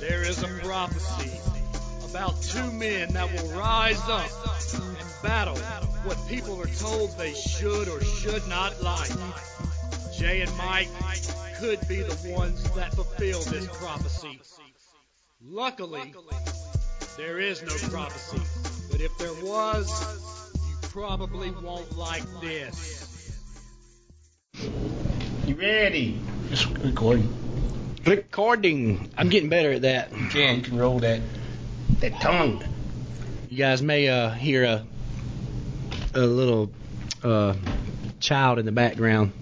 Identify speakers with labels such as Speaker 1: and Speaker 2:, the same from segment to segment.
Speaker 1: There is a prophecy about two men that will rise up and battle what people are told they should or should not like. Jay and Mike could be the ones that fulfill this prophecy. Luckily, there is no prophecy, but if there was, you probably won't like this.
Speaker 2: You ready?
Speaker 3: It's recording. Recording. I'm getting better at that.
Speaker 2: Jan, you can roll that that tongue.
Speaker 3: You guys may uh, hear a a little uh, child in the background.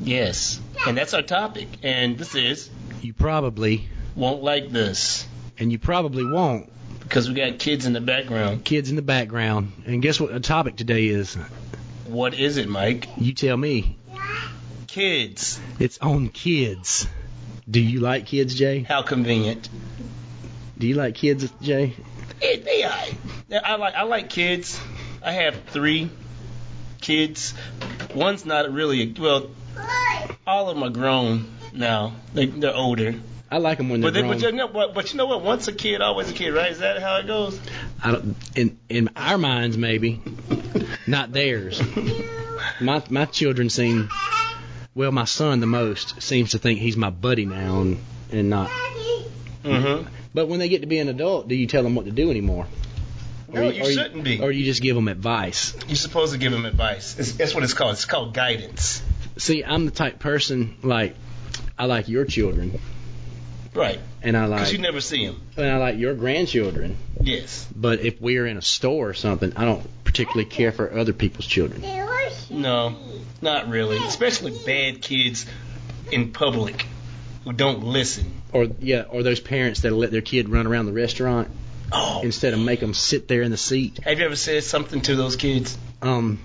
Speaker 2: Yes, and that's our topic. And this is
Speaker 3: You probably
Speaker 2: won't like this
Speaker 3: and you probably won't.
Speaker 2: because we got kids in the background.
Speaker 3: Kids in the background. And guess what the topic today is?
Speaker 2: What is it, Mike?
Speaker 3: You tell me.
Speaker 2: Kids.
Speaker 3: It's on kids. Do you like kids, Jay?
Speaker 2: How convenient.
Speaker 3: Do you like kids, Jay?
Speaker 2: It, they I. I like I like kids. I have three kids. One's not really a, well. All of them are grown now. They, they're older.
Speaker 3: I like them when they're
Speaker 2: But, they,
Speaker 3: grown.
Speaker 2: but you know what? But you know what? Once a kid, always a kid, right? Is that how it goes?
Speaker 3: I don't, in in our minds maybe, not theirs. My my children seem, well, my son the most seems to think he's my buddy now and and not.
Speaker 2: Mm-hmm.
Speaker 3: But when they get to be an adult, do you tell them what to do anymore?
Speaker 2: No, you
Speaker 3: or
Speaker 2: shouldn't be.
Speaker 3: Or you just give them advice.
Speaker 2: You're supposed to give them advice. It's, that's what it's called. It's called guidance.
Speaker 3: See, I'm the type person like I like your children
Speaker 2: Right.
Speaker 3: and I
Speaker 2: Because
Speaker 3: like
Speaker 2: you never see them.
Speaker 3: and I like your grandchildren.
Speaker 2: Yes.
Speaker 3: But if we're in a store or something, I don't particularly care for other people's children.
Speaker 2: No, not really. Especially bad kids in public who don't listen.
Speaker 3: Or yeah, or those parents that let their kid run around the restaurant
Speaker 2: Oh.
Speaker 3: instead of make them sit there in the seat.
Speaker 2: Have you ever said something to those kids?
Speaker 3: Um,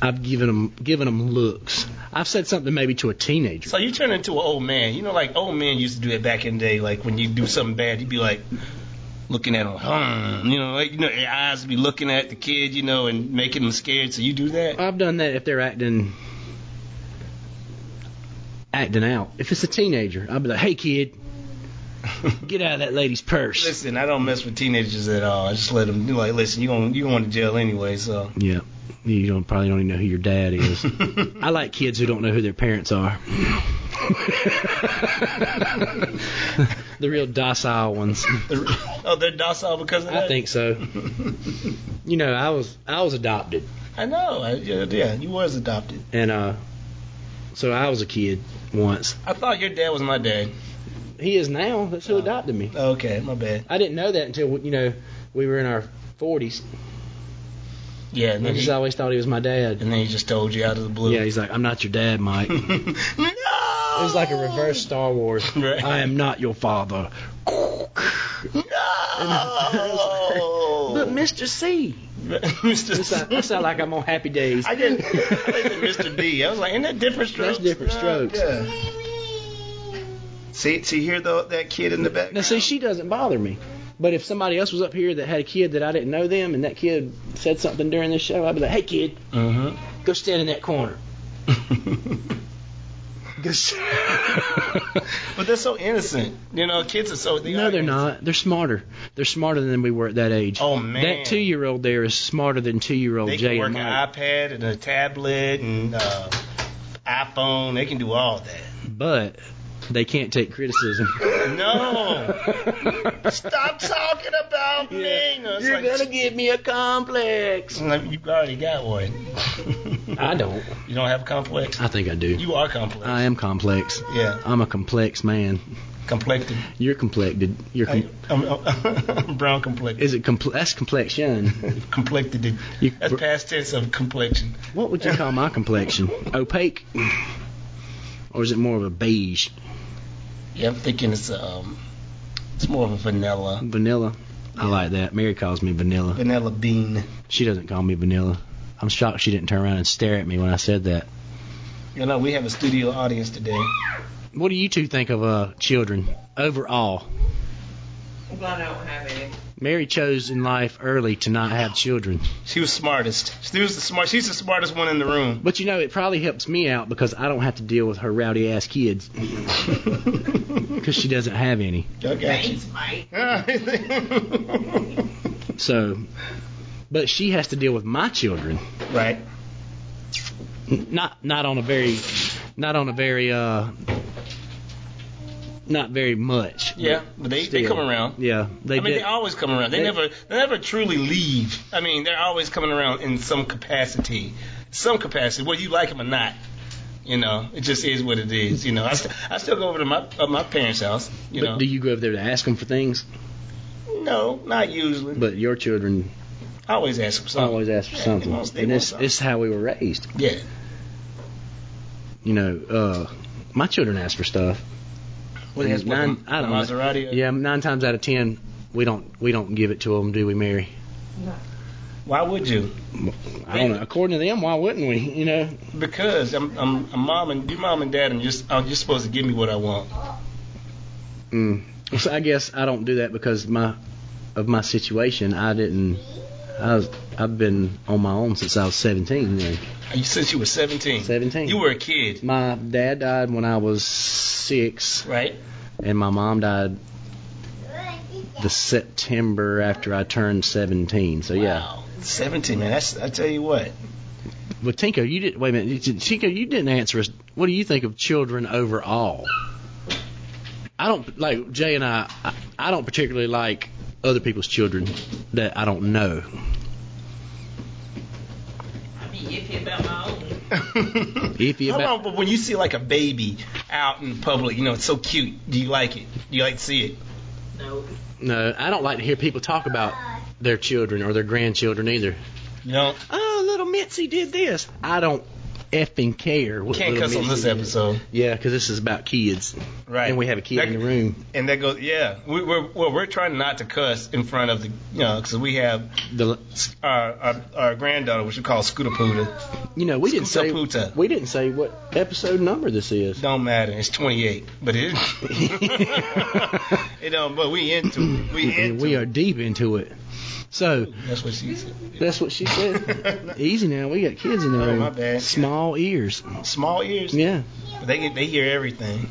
Speaker 3: I've given them given them looks. I've said something maybe to a teenager.
Speaker 2: So you turn into an old man. You know, like old men used to do it back in the day. Like when you do something bad, you'd be like looking at them, hmm. You know, like you know, your eyes would be looking at the kid, you know, and making them scared. So you do that.
Speaker 3: I've done that if they're acting acting out. If it's a teenager, I'll be like, "Hey kid, get out of that lady's purse."
Speaker 2: Listen, I don't mess with teenagers at all. I just let them. Like, listen, you going you going to jail anyway, so.
Speaker 3: Yeah, you don't probably don't even know who your dad is. I like kids who don't know who their parents are. the real docile ones.
Speaker 2: oh, they're docile because of that.
Speaker 3: I think so. You know, I was I was adopted.
Speaker 2: I know. I, yeah, yeah, you was adopted.
Speaker 3: And uh so I was a kid once.
Speaker 2: I thought your dad was my dad.
Speaker 3: He is now. That's
Speaker 2: Oh.
Speaker 3: who adopted me.
Speaker 2: Okay, my bad.
Speaker 3: I didn't know that until you know we were in our 40s.
Speaker 2: Yeah, and
Speaker 3: I
Speaker 2: then,
Speaker 3: just
Speaker 2: he,
Speaker 3: always thought he was my dad.
Speaker 2: Mm-hmm. and then he just told you out of the blue.
Speaker 3: Yeah, he's like, I'm not your dad, Mike. it
Speaker 2: no. It
Speaker 3: was like a reverse Star Wars.
Speaker 2: Right.
Speaker 3: I am not your father.
Speaker 2: No.
Speaker 3: But Mr. C.
Speaker 2: Mr.
Speaker 3: It's like- I sound like I'm on Happy Days.
Speaker 2: I didn't. I didn't Mr. D. I was like, isn't that different strokes?
Speaker 3: That's different strokes.
Speaker 2: yeah. See, see here though, that kid in the back.
Speaker 3: Now, see, she doesn't bother me. But if somebody else was up here that had a kid that I didn't know them, and that kid said something during this show, I'd be like, "Hey, kid,
Speaker 2: Uh
Speaker 3: go stand in that corner."
Speaker 2: huh.
Speaker 3: Go st-
Speaker 2: But they're so innocent. You know, kids are so. They
Speaker 3: no,
Speaker 2: are
Speaker 3: they're not. They're smarter. They're smarter than we were at that age.
Speaker 2: Oh, man.
Speaker 3: That two-year-old there is smarter than two-year-old
Speaker 2: They
Speaker 3: Jay
Speaker 2: can work
Speaker 3: and Mike.
Speaker 2: an iPad and a tablet and uh, iPhone. They can do all that.
Speaker 3: but they can't take criticism.
Speaker 2: No, stop talking about me. No, it's
Speaker 3: You're
Speaker 2: like,
Speaker 3: gonna give me a complex.
Speaker 2: like, you already got one.
Speaker 3: I don't.
Speaker 2: You don't have a complex.
Speaker 3: I think I do.
Speaker 2: You are complex.
Speaker 3: I am complex.
Speaker 2: Yeah,
Speaker 3: I'm a complex man.
Speaker 2: complected.
Speaker 3: You're complected. You're com-
Speaker 2: I, I'm, I'm brown complected.
Speaker 3: is it compl- that's complexion?
Speaker 2: Complected.
Speaker 3: You-
Speaker 2: That's past tense of complexion.
Speaker 3: what would you call my complexion? Opaque, or is it more of a beige,
Speaker 2: Yeah, I'm thinking it's um, it's more of a vanilla,
Speaker 3: vanilla? I like that. Mary calls me vanilla.
Speaker 2: vanilla bean.
Speaker 3: She doesn't call me vanilla. I'm shocked she didn't turn around and stare at me when I said that.
Speaker 2: You know, we have a studio audience today.
Speaker 3: What do you two think of uh, children overall?
Speaker 4: I'm glad I don't have any.
Speaker 3: Mary chose in life early to not have children.
Speaker 2: She was smartest. She was the smart. She's the smartest one in the room.
Speaker 3: But you know, it probably helps me out because I don't have to deal with her rowdy ass kids because she doesn't have any.
Speaker 2: Okay.
Speaker 3: So, but she has to deal with my children.
Speaker 2: right.
Speaker 3: N- Not not on a very, not on a very uh, not very much.
Speaker 2: Yeah. But they, they
Speaker 3: Still.
Speaker 2: come around.
Speaker 3: Yeah, they
Speaker 2: I mean,
Speaker 3: did.
Speaker 2: they always come around. They,
Speaker 3: They-
Speaker 2: never, they never truly leave. I mean, they're always coming around in some capacity, some capacity, whether you like them or not. You know, it just is what it is. You know, I, st- I still go over to my uh, my parents' house. You
Speaker 3: but
Speaker 2: know,
Speaker 3: do you go over there to ask them for things?
Speaker 2: no, not usually.
Speaker 3: But your children
Speaker 2: I always ask them something.
Speaker 3: always ask for
Speaker 2: Oh. Yeah,
Speaker 3: something,
Speaker 2: most- they
Speaker 3: and
Speaker 2: want
Speaker 3: it's
Speaker 2: something.
Speaker 3: it's how we were raised.
Speaker 2: Yeah,
Speaker 3: You know, uh, my children ask for stuff.
Speaker 2: Well, they ask for
Speaker 3: Nine-
Speaker 2: a
Speaker 3: I don't know.
Speaker 2: Maserati.
Speaker 3: Yeah, nine times out of ten, we don't we don't give it to them, do we, Mary?
Speaker 2: Why would you?
Speaker 3: I don't know. According to them, why wouldn't we? You know,
Speaker 2: Because I'm, I'm, I'm mom and your mom and dad, and you're, s- oh, you're supposed to give me what I want.
Speaker 3: mm. so I guess I don't do that because my of my situation. I didn't. I was, I've been on my own since I was 17. Then.
Speaker 2: You- Since you were 17.
Speaker 3: 17.
Speaker 2: You were a kid,
Speaker 3: My dad died when I was six,
Speaker 2: right?
Speaker 3: and my mom died the September after I turned 17. So yeah.
Speaker 2: Wow. 17, man. That's I tell you what.
Speaker 3: But Tinko, you didn't. Wait a minute, You- Tinko, you didn't answer us. What do you think of children overall? I don't like Jay and I. I, I don't particularly like other people's children that I don't know.
Speaker 4: I be iffy about my own.
Speaker 3: Iffy
Speaker 2: How
Speaker 3: about-
Speaker 2: long, but when you see like a baby out in public, you know it's so cute. Do you like it? Do you like to see it?
Speaker 4: No.
Speaker 3: No, I don't like to hear people talk about their children or their grandchildren either.
Speaker 2: You know,
Speaker 3: Oh, little Mitzi did this. I don't effing care. What
Speaker 2: can't
Speaker 3: little
Speaker 2: cuss on
Speaker 3: Mitzi
Speaker 2: this
Speaker 3: did.
Speaker 2: episode,
Speaker 3: Yeah, because this is about kids,
Speaker 2: right?
Speaker 3: and we have a kid
Speaker 2: that,
Speaker 3: in the room.
Speaker 2: And that goes, yeah. We, we're well, we're trying not to cuss in front of the, you know, because we have
Speaker 3: The,
Speaker 2: our, our our granddaughter, which we call Scooter Pooter.
Speaker 3: you know, we didn't say
Speaker 2: Scootaputa.
Speaker 3: we didn't say what episode number this is.
Speaker 2: Don't matter. It's 28, but it. it don't. But we into it. We
Speaker 3: And
Speaker 2: into.
Speaker 3: we
Speaker 2: it.
Speaker 3: are deep into it. So
Speaker 2: That's what she said.
Speaker 3: that's what she said. Easy now, we got kids in the
Speaker 2: Oh,
Speaker 3: room.
Speaker 2: my bad.
Speaker 3: Small ears.
Speaker 2: Small ears.
Speaker 3: Yeah.
Speaker 2: They get- they hear everything.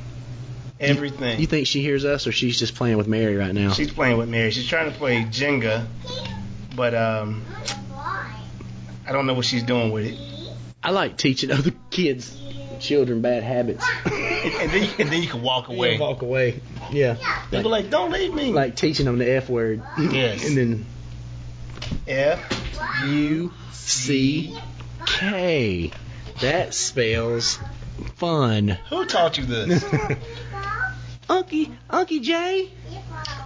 Speaker 2: Everything.
Speaker 3: You think she hears us, or she's just playing with Mary right now?
Speaker 2: She's playing with Mary. She's trying to play Jenga, but um, I don't know what she's
Speaker 3: Oh,
Speaker 2: doing with it.
Speaker 3: I like teaching other kids, children, bad habits.
Speaker 2: And then you, and then you can walk away.
Speaker 3: Yeah, Walk away. Yeah.
Speaker 2: They be like, "Don't leave me."
Speaker 3: Like teaching them the F word.
Speaker 2: Yes.
Speaker 3: And then
Speaker 2: F U
Speaker 3: C K. That spells fun.
Speaker 2: Who taught you this?
Speaker 3: Unky, Unky J,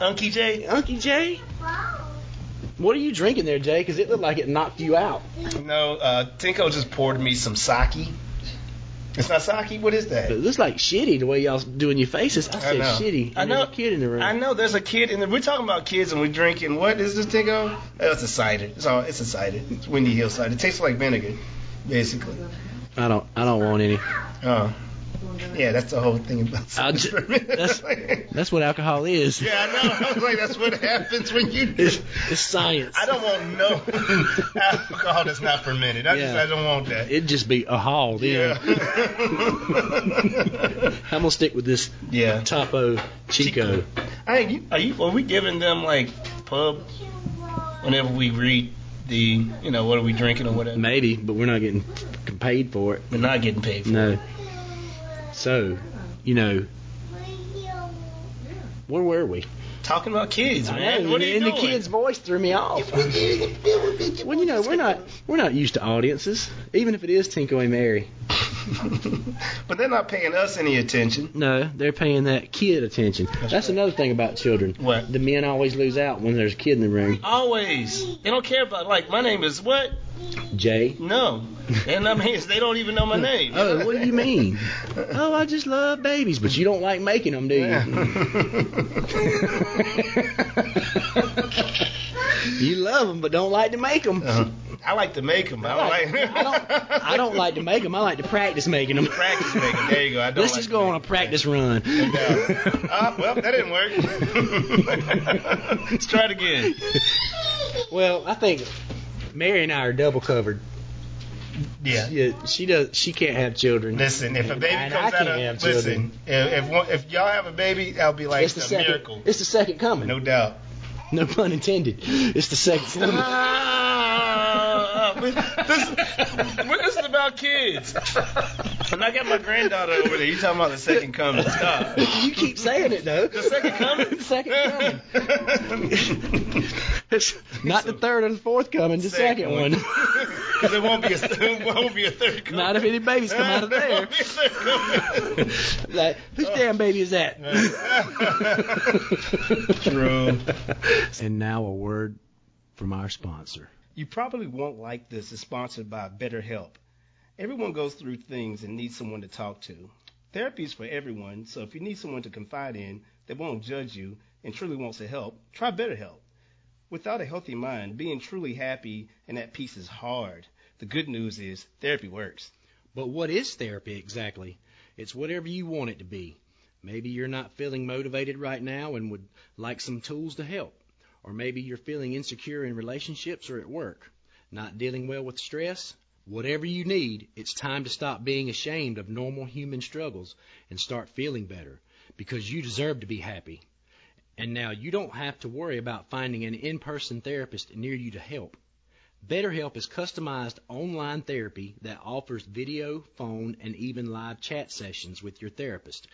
Speaker 2: Unky J?
Speaker 3: Unky J. What are you drinking there, Jay? Because it looked like it knocked you out.
Speaker 2: No, uh, Tinko just poured me some sake. It's not sake. What is
Speaker 3: But it
Speaker 2: that?
Speaker 3: looks like shitty the way y'all doing your faces. I said
Speaker 2: know.
Speaker 3: shitty. And
Speaker 2: I know.
Speaker 3: there's a kid in the room.
Speaker 2: I know there's a kid, and we're talking about kids, and we're drinking. What is this Tinko? Oh, it's a cider. It's all. It's a cider. It's Windy Hill cider. It tastes like vinegar, basically.
Speaker 3: I don't. I don't want any.
Speaker 2: Oh. Yeah, that's the whole thing about
Speaker 3: I ju- that's- That's what alcohol is.
Speaker 2: Yeah, I know. I was like, that's what happens when you do.
Speaker 3: It's, it's science.
Speaker 2: I don't want no alcohol that's not fermented. I just
Speaker 3: Yeah.
Speaker 2: I don't want that.
Speaker 3: It'd just be a haul then.
Speaker 2: Yeah.
Speaker 3: I'm gonna stick with this
Speaker 2: yeah.
Speaker 3: Topo Chico.
Speaker 2: Hey, you, are you? Are we giving them like pub whenever we read the? You know, what are we drinking or whatever?
Speaker 3: Maybe, but we're not getting f- paid for it.
Speaker 2: We're not getting paid. For
Speaker 3: No. So, you know, where were we?
Speaker 2: Talking about kids, man.
Speaker 3: and
Speaker 2: what are you
Speaker 3: and
Speaker 2: doing?
Speaker 3: the kid's voice threw me off. well, you know, we're not we're not used to audiences, even if it is Tinko and Mary.
Speaker 2: but they're not paying us any attention.
Speaker 3: No, they're paying that kid attention. That's,
Speaker 2: right.
Speaker 3: another thing about children.
Speaker 2: What?
Speaker 3: The men always lose out when there's a kid in the room.
Speaker 2: Always. They don't care about like my name is what?
Speaker 3: Jay.
Speaker 2: No. And I mean they don't even know my name.
Speaker 3: Oh, what do you mean? oh, I just love babies, but you don't like making them, do you? You love them, but don't like to make them.
Speaker 2: Uh-huh. I like to make them. I don't like.
Speaker 3: I don't. I don't like to make them. I like to practice making them.
Speaker 2: practice make 'em. There you go. I don't
Speaker 3: Let's
Speaker 2: like
Speaker 3: just
Speaker 2: to
Speaker 3: go
Speaker 2: make
Speaker 3: on a
Speaker 2: 'em.
Speaker 3: practice run.
Speaker 2: Yeah. Ah, well, that didn't work. Let's try it again.
Speaker 3: well, I think Mary and I are double covered.
Speaker 2: Yeah.
Speaker 3: Yeah, she does. She can't have children.
Speaker 2: Listen, if a baby
Speaker 3: And I
Speaker 2: comes out
Speaker 3: can't have
Speaker 2: of listen, if, if one- if y'all have a baby, that'll be like
Speaker 3: it's
Speaker 2: a
Speaker 3: the second.
Speaker 2: miracle,
Speaker 3: It's the second coming.
Speaker 2: no
Speaker 3: No,
Speaker 2: doubt.
Speaker 3: pun intended. It's the second coming.
Speaker 2: Ah, this, what is it about kids? And I got my granddaughter over there. You talking about the second coming? Stop.
Speaker 3: you keep saying it though. The
Speaker 2: second coming?
Speaker 3: the second coming. It's not the third or the fourth coming. The second, one.
Speaker 2: Because it won't be a it won't be a third coming.
Speaker 3: Not if any babies come out of
Speaker 2: There
Speaker 3: there.
Speaker 2: won't be a third coming.
Speaker 3: Like, whose damn baby is that?
Speaker 2: True.
Speaker 3: And now a word from our sponsor.
Speaker 5: You probably won't like this is sponsored by BetterHelp. Everyone goes through things and needs someone to talk to. Therapy is for everyone, so if you need someone to confide in that won't judge you and truly wants to help, try BetterHelp. Without a healthy mind, being truly happy and at peace is hard. The good news is therapy works.
Speaker 3: But what is therapy exactly? It's whatever you want it to be. Maybe you're not feeling motivated right now and would like some tools to help. Or maybe you're feeling insecure in relationships or at work, not dealing well with stress. Whatever you need, it's time to stop being ashamed of normal human struggles and start feeling better because you deserve to be happy. And now you don't have to worry about finding an in person therapist near you to help. BetterHelp is customized online therapy that offers video, phone, and even live chat sessions with your therapist.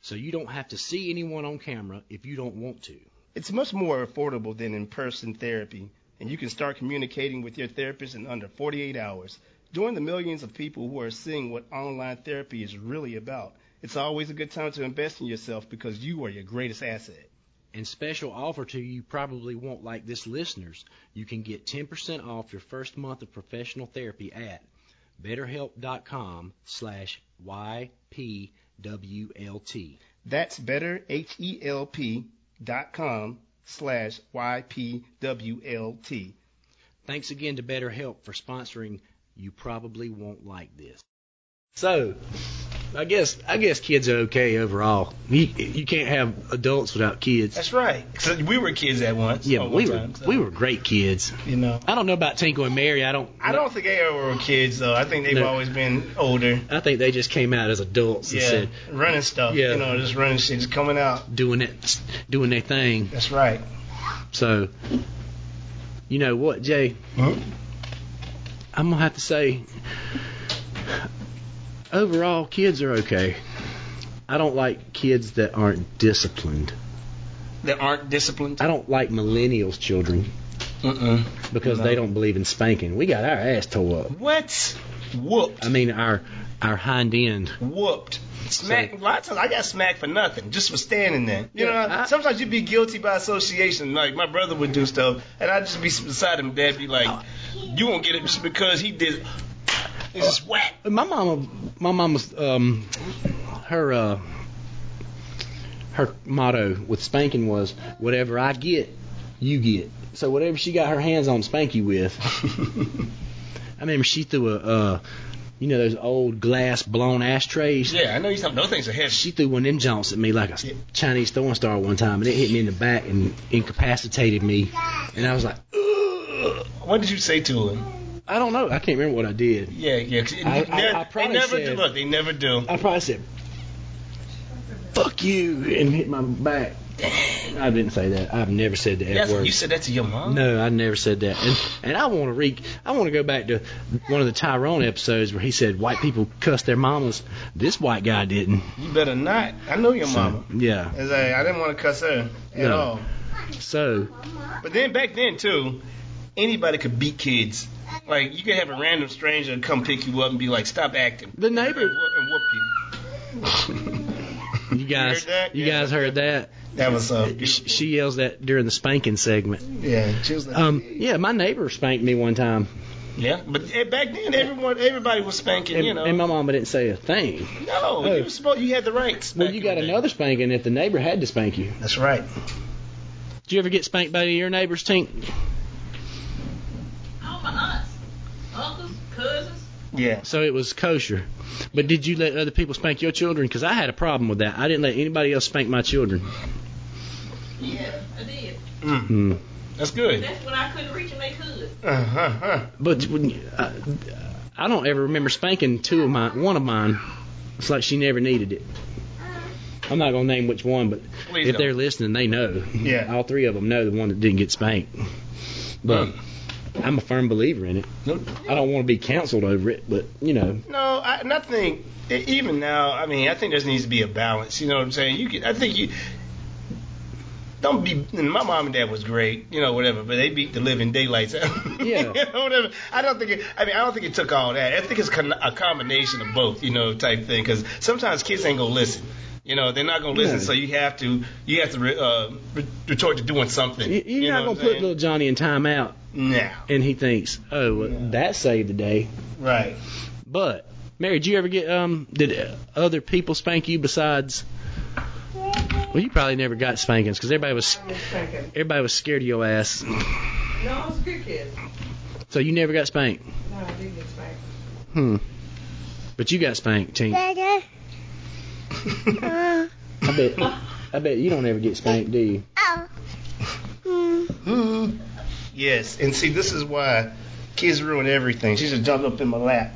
Speaker 3: So you don't have to see anyone on camera if you don't want to.
Speaker 5: It's much more affordable than in person therapy, and you can start communicating with your therapist in under 48 hours. Join the millions of people who are seeing what online therapy is really about. It's always a good time to invest in yourself because you are your greatest asset.
Speaker 3: And special offer to you probably won't like this listeners. You can get 10% off your first month of professional therapy at betterhelp.com slash YPWLT.
Speaker 5: That's E betterhelp.com slash YPWLT.
Speaker 3: Thanks again to BetterHelp for sponsoring You Probably Won't Like This. So, I guess I guess kids are okay overall. You, you can't have adults without kids.
Speaker 2: That's right. 'Cause we were kids at once.
Speaker 3: Yeah,
Speaker 2: at
Speaker 3: we
Speaker 2: one
Speaker 3: were
Speaker 2: time, so,
Speaker 3: we were great kids.
Speaker 2: You know.
Speaker 3: I don't know about Tinkle and Mary. I don't
Speaker 2: I don't think they ever were kids though. I think they've
Speaker 3: No.
Speaker 2: always been older.
Speaker 3: I think they just came out as adults and
Speaker 2: Yeah,
Speaker 3: said
Speaker 2: running stuff.
Speaker 3: Yeah.
Speaker 2: You know, just running shit, just coming out.
Speaker 3: doing it doing their thing.
Speaker 2: That's right.
Speaker 3: So, you know what, Jay? I'm gonna have to say, overall, kids are okay. I don't like kids that aren't disciplined.
Speaker 2: That aren't disciplined.
Speaker 3: I don't like millennials' children
Speaker 2: Uh-uh.
Speaker 3: because they don't believe in spanking. We got our ass tore up.
Speaker 2: What? Whooped.
Speaker 3: I mean, our our hind end.
Speaker 2: whooped. Smack. Lots of I got smacked for nothing, just for standing there. You
Speaker 3: Yeah,
Speaker 2: know,
Speaker 3: I-
Speaker 2: sometimes you'd be guilty by association. Like my brother would do stuff, and I'd just be beside him. Dad be like, "You won't get it just because he did." It's just whack.
Speaker 3: My mama, my mama's um, her uh, her motto with spanking was whatever I get, you get. So whatever she got her hands on, spank you with. I remember she threw a, uh, you know, those old glass blown ashtrays.
Speaker 2: Yeah, I know you talking. Those things are heavy.
Speaker 3: She threw one of them jaunts at me like a Chinese throwing star one time, and it hit me in the back and incapacitated me. And I was like,
Speaker 2: Ugh. What did you say to him?
Speaker 3: I don't know, I can't remember what I did.
Speaker 2: Yeah, yeah. 'cause it-
Speaker 3: I- I-
Speaker 2: they're-
Speaker 3: I
Speaker 2: they
Speaker 3: probably
Speaker 2: never do.
Speaker 3: said-
Speaker 2: Look, they never do.
Speaker 3: I probably said, "Fuck you," and hit my back. I didn't say that. I've never said the F
Speaker 2: That's,
Speaker 3: word.
Speaker 2: you said that to your mom.
Speaker 3: No, I never said that. And and I want to re I want to go back to one of the Tyrone episodes where he said white people cuss their mamas. This white guy didn't.
Speaker 2: You better not. I know your
Speaker 3: So,
Speaker 2: mama.
Speaker 3: yeah.
Speaker 2: It's like, I didn't want to cuss her at
Speaker 3: No.
Speaker 2: all.
Speaker 3: So
Speaker 2: But then back then too, anybody could beat kids. Like you could have a random stranger come pick you up and be like, "Stop acting."
Speaker 3: the
Speaker 2: And
Speaker 3: neighbor,
Speaker 2: whoop, and whoop you.
Speaker 3: you guys,
Speaker 2: heard that?
Speaker 3: you
Speaker 2: Yeah.
Speaker 3: guys heard that?
Speaker 2: That was uh,
Speaker 3: Sh-
Speaker 2: beautiful.
Speaker 3: She yells that during the spanking segment.
Speaker 2: yeah. She was like,
Speaker 3: Um, yeah, my neighbor spanked me one time,
Speaker 2: yeah. But eh, back then, everyone, everybody was spanking.
Speaker 3: and,
Speaker 2: you know,
Speaker 3: and my mama didn't say a thing.
Speaker 2: no,
Speaker 3: Oh.
Speaker 2: you were supposed, you had the rights.
Speaker 3: Well,
Speaker 2: back
Speaker 3: you
Speaker 2: in
Speaker 3: got
Speaker 2: the day.
Speaker 3: another spanking if the neighbor had to spank you.
Speaker 2: That's right.
Speaker 3: Did you ever get spanked by your neighbors, Tink?
Speaker 2: Yeah.
Speaker 3: So it was kosher. But did you let other people spank your children? Because I had a problem with that. I didn't let anybody else spank my children.
Speaker 4: Yeah, I did.
Speaker 2: Mm.
Speaker 3: Mm.
Speaker 2: That's good.
Speaker 4: That's when I couldn't reach in they hood.
Speaker 2: Uh-huh.
Speaker 3: But when you- I, I don't ever remember spanking two of mine. One of mine. It's like she never needed it. I'm not gonna name which one, but
Speaker 2: Please
Speaker 3: if
Speaker 2: don't.
Speaker 3: they're listening, they know.
Speaker 2: Yeah.
Speaker 3: All three of them know the one that didn't get spanked. But
Speaker 2: Mm.
Speaker 3: I'm a firm believer in it.
Speaker 2: Nope.
Speaker 3: I don't want to be counseled over it, but you know,
Speaker 2: No, I, and I think e- even now, I mean, I think there needs to be a balance. You know what I'm saying? You can, I think you don't be. And my mom and dad was great, you know, whatever, but they beat the living daylights out.
Speaker 3: Yeah.
Speaker 2: you know, whatever. I don't think. It, I mean, I don't think it took all that. I think it's con- a combination of both, you know, type thing. Because sometimes kids ain't gonna listen. You know, they're not gonna listen.
Speaker 3: No.
Speaker 2: So you have to, you have to re, uh, re- retort to doing something.
Speaker 3: you, you're
Speaker 2: know
Speaker 3: not gonna
Speaker 2: what
Speaker 3: put
Speaker 2: I'm saying?
Speaker 3: little Johnny in timeout,
Speaker 2: No.
Speaker 3: and he thinks, oh, well, that saved the day.
Speaker 2: Right.
Speaker 3: But Mary, did you ever get um? Did uh, other people spank you besides? Well, you probably never got spankings because everybody was everybody was scared of your ass,
Speaker 4: No, I was a good kid.
Speaker 3: so you never got spanked.
Speaker 4: No, I didn't get spanked.
Speaker 3: Hmm. But you got spanked, Tink. I bet. I bet you don't ever get spanked, do you? Mm-hmm.
Speaker 2: Yes, and see, this is why kids ruin everything. She just jumped up in my lap.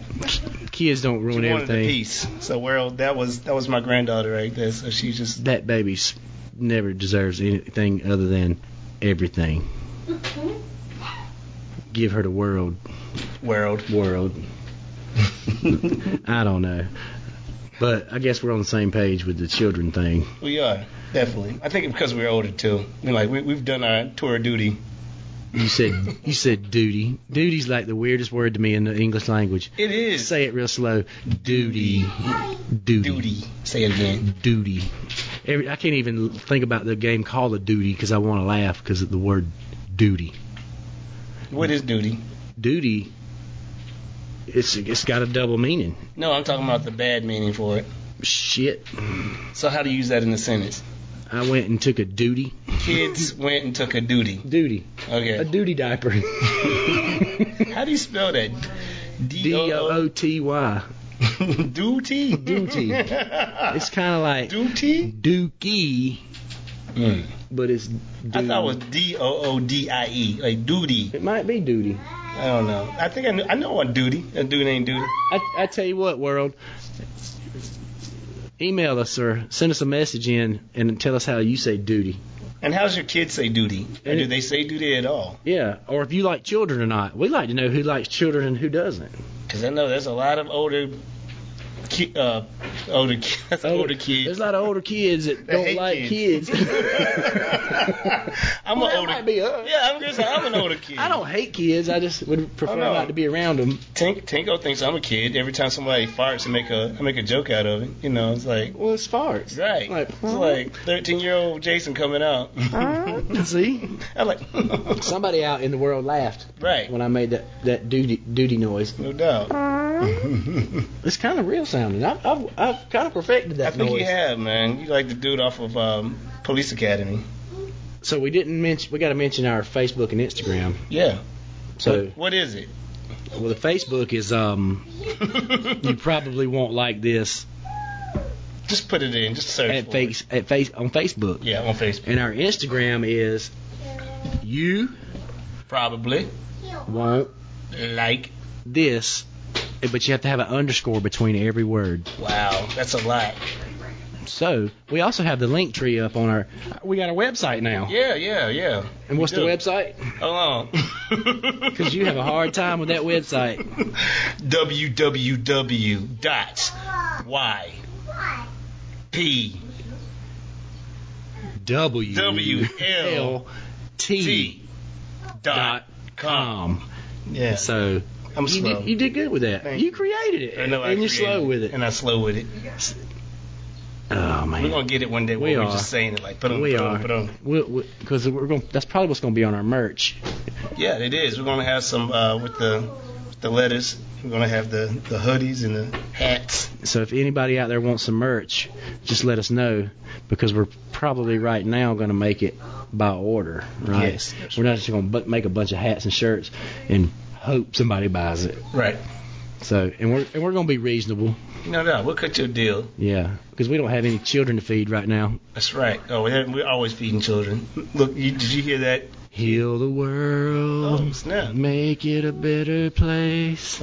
Speaker 3: Kids don't ruin
Speaker 2: she wanted a
Speaker 3: everything.
Speaker 2: piece. So, world, that was that was my granddaughter right there. So she just
Speaker 3: That baby's never deserves anything other than everything. Give her the world,
Speaker 2: world.
Speaker 3: world. I don't know. But I guess we're on the same page with the children thing.
Speaker 2: we are definitely. I think because we're older too. We're like we, we've done our tour of duty.
Speaker 3: You said you said duty. Duty's like the weirdest word to me in the English language.
Speaker 2: It is
Speaker 3: Say it real slow. Duty. Duty.
Speaker 2: duty. Say it again.
Speaker 3: Duty. Every, I can't even think about the game Call of Duty because I want to laugh because of the word duty.
Speaker 2: What is duty?
Speaker 3: Duty. It's it's got a double meaning.
Speaker 2: No, I'm talking about the bad meaning for it.
Speaker 3: Shit.
Speaker 2: So how do you use that in a sentence?
Speaker 3: I went and took a duty.
Speaker 2: Kids went and took a duty.
Speaker 3: Duty. A
Speaker 2: Okay.
Speaker 3: duty diaper.
Speaker 2: How do you spell that?
Speaker 3: D o o t y.
Speaker 2: Duty.
Speaker 3: Duty. It's kind of like
Speaker 2: Duty.
Speaker 3: dookie,
Speaker 2: Mm.
Speaker 3: but it's.
Speaker 2: I thought it
Speaker 3: dude.
Speaker 2: was D O O D I E, like duty.
Speaker 3: It might be duty.
Speaker 2: I don't know. I think I, knew, I know what duty. A dude ain't duty.
Speaker 3: I, I tell you what, world. Email us or send us a message in and tell us how you say duty.
Speaker 2: And how's your kids say duty? Or do they say duty at all?
Speaker 3: Yeah, or if you like children or not. We like to know who likes children and who doesn't.
Speaker 2: 'Cause I know there's a lot of older, ki- uh, older, ki- that's older
Speaker 3: There's
Speaker 2: kids.
Speaker 3: a lot of older kids that
Speaker 2: They
Speaker 3: don't
Speaker 2: hate
Speaker 3: like
Speaker 2: kids.
Speaker 3: kids.
Speaker 2: I'm
Speaker 3: Well,
Speaker 2: an
Speaker 3: that
Speaker 2: older.
Speaker 3: might be us.
Speaker 2: Yeah, I'm gonna say I'm an older kid.
Speaker 3: I don't hate kids. I just would prefer
Speaker 2: I know.
Speaker 3: not to be around them.
Speaker 2: Tink, Tinko thinks I'm a kid. Every time somebody farts, I make a I make a joke out of it. You know, it's like
Speaker 3: Well, it's farts.
Speaker 2: right.
Speaker 3: Like,
Speaker 2: it's like 13 year old Jason coming out.
Speaker 3: See,
Speaker 2: I'm like
Speaker 3: somebody out in the world laughed
Speaker 2: right.
Speaker 3: when I made that that duty duty noise.
Speaker 2: No doubt.
Speaker 3: It's kind of real sounding. I've I've, I've kind of perfected
Speaker 2: I
Speaker 3: that
Speaker 2: think
Speaker 3: noise.
Speaker 2: you have, man. You like the dude off of um, Police Academy.
Speaker 3: So we didn't mention. We got to mention our Facebook and Instagram.
Speaker 2: Yeah.
Speaker 3: So
Speaker 2: What is it?
Speaker 3: well, the Facebook is um. You probably won't like this
Speaker 2: just put it in. Just search
Speaker 3: at
Speaker 2: for
Speaker 3: face at face on Facebook.
Speaker 2: it. Yeah, on Facebook.
Speaker 3: And our Instagram is you
Speaker 2: Probably
Speaker 3: won't
Speaker 2: like.
Speaker 3: this, but you have to have an underscore between every word.
Speaker 2: Wow, that's a lot.
Speaker 3: So we also have the link tree up on our. We got our website now.
Speaker 2: Yeah, yeah, yeah.
Speaker 3: and what's the
Speaker 2: do.
Speaker 3: website?
Speaker 2: Hold on.
Speaker 3: Because you have a hard time with that website.
Speaker 2: www dot y p
Speaker 3: W
Speaker 2: W L
Speaker 3: L T
Speaker 2: t dot com.
Speaker 3: com.
Speaker 2: Yeah.
Speaker 3: So
Speaker 2: I'm
Speaker 3: you
Speaker 2: slow.
Speaker 3: did, you did good with that.
Speaker 2: Thank
Speaker 3: you
Speaker 2: you.
Speaker 3: created it,
Speaker 2: I know I
Speaker 3: and you're
Speaker 2: created
Speaker 3: slow with it.
Speaker 2: And I slow with it.
Speaker 3: Oh
Speaker 2: We're
Speaker 3: man,
Speaker 2: gonna get it one day.
Speaker 3: We
Speaker 2: where
Speaker 3: are.
Speaker 2: We're just saying it like put on,
Speaker 3: we
Speaker 2: put
Speaker 3: are
Speaker 2: on, put on.
Speaker 3: because we're going. to That's probably what's going to be on our merch.
Speaker 2: Yeah, it is. We're gonna have some uh, with the with the letters. We're gonna have the the hoodies and the hats.
Speaker 3: So if anybody out there wants some merch, just let us know because we're probably right now going to make it by order. Right?
Speaker 2: Yes.
Speaker 3: We're not just going to bu- make a bunch of hats and shirts and hope somebody buys it.
Speaker 2: Right.
Speaker 3: So, and we're and we're gonna be reasonable,
Speaker 2: No, no, we'll cut your deal.
Speaker 3: yeah, because we don't have any children to feed right now.
Speaker 2: That's right. Oh, we're we're always feeding children. Look, you, did you hear that?
Speaker 3: Heal the world,
Speaker 2: Oh, snap.
Speaker 3: make it a better place.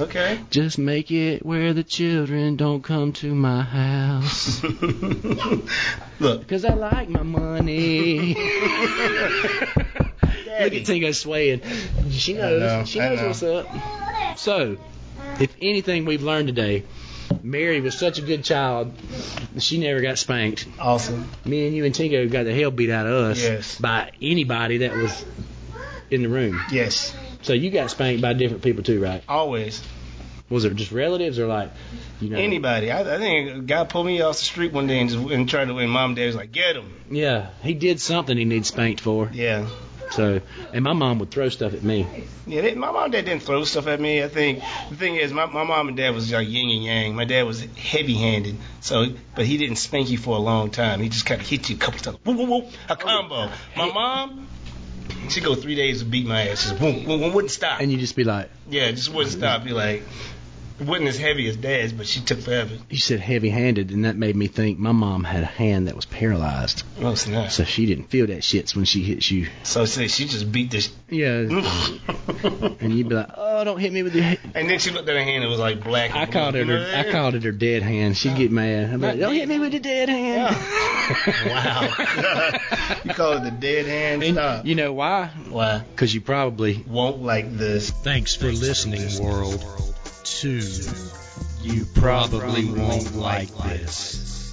Speaker 2: Okay.
Speaker 3: Just make it where the children don't come to my house.
Speaker 2: Look.
Speaker 3: Cause I like my money. Look at Tingo swaying. She knows.
Speaker 5: know,
Speaker 3: she
Speaker 5: I
Speaker 3: knows
Speaker 5: know.
Speaker 3: what's up. So, if anything we've learned today, Mary was such a good child. She never got spanked.
Speaker 2: Awesome.
Speaker 3: Me and you and Tingo got the hell beat out of us
Speaker 2: Yes.
Speaker 3: by anybody that was in the room.
Speaker 2: Yes.
Speaker 3: So you got spanked by different people too, right?
Speaker 2: Always.
Speaker 3: Was it just relatives or like, you know?
Speaker 2: Anybody. I, I think a guy pulled me off the street one day and, just, and tried to, and mom and dad was like, get him.
Speaker 3: Yeah, he did something he needs spanked for.
Speaker 2: Yeah.
Speaker 3: So, and my mom would throw stuff at me.
Speaker 2: Yeah, they, my mom and dad didn't throw stuff at me. I think the thing is, my, my mom and dad was like yin and yang. My dad was heavy-handed, so but he didn't spank you for a long time. He just kind of hit you a couple times. Whoop, whoop, whoop, a combo. My mom, she go three days and beat my ass. Just boom, boom, boom, wouldn't stop.
Speaker 3: And you just be like,
Speaker 2: Yeah, just wouldn't stop. Be like, it wasn't as heavy as dad's, but she took forever.
Speaker 3: you said heavy handed, and that made me think my mom had a hand that was paralyzed.
Speaker 2: Oh snap!
Speaker 3: So she didn't feel that shit when she hits you.
Speaker 2: So she, she just beat this.
Speaker 3: Yeah.
Speaker 2: and
Speaker 3: And you'd be like, oh, don't hit me with your hand.
Speaker 2: then she looked at her hand. It was like black.
Speaker 3: I
Speaker 2: and
Speaker 3: called
Speaker 2: blue,
Speaker 3: it
Speaker 2: you know
Speaker 3: her.
Speaker 2: that?
Speaker 3: I called it her dead hand. She'd get mad. I'd be like, don't hit me with your dead hand.
Speaker 2: wow. you call it the dead hand
Speaker 3: And
Speaker 2: stop.
Speaker 3: you know why?
Speaker 2: Why?
Speaker 3: Because you probably
Speaker 2: Won't like this.
Speaker 6: Thanks for listening, world, to You Probably Won't Like This.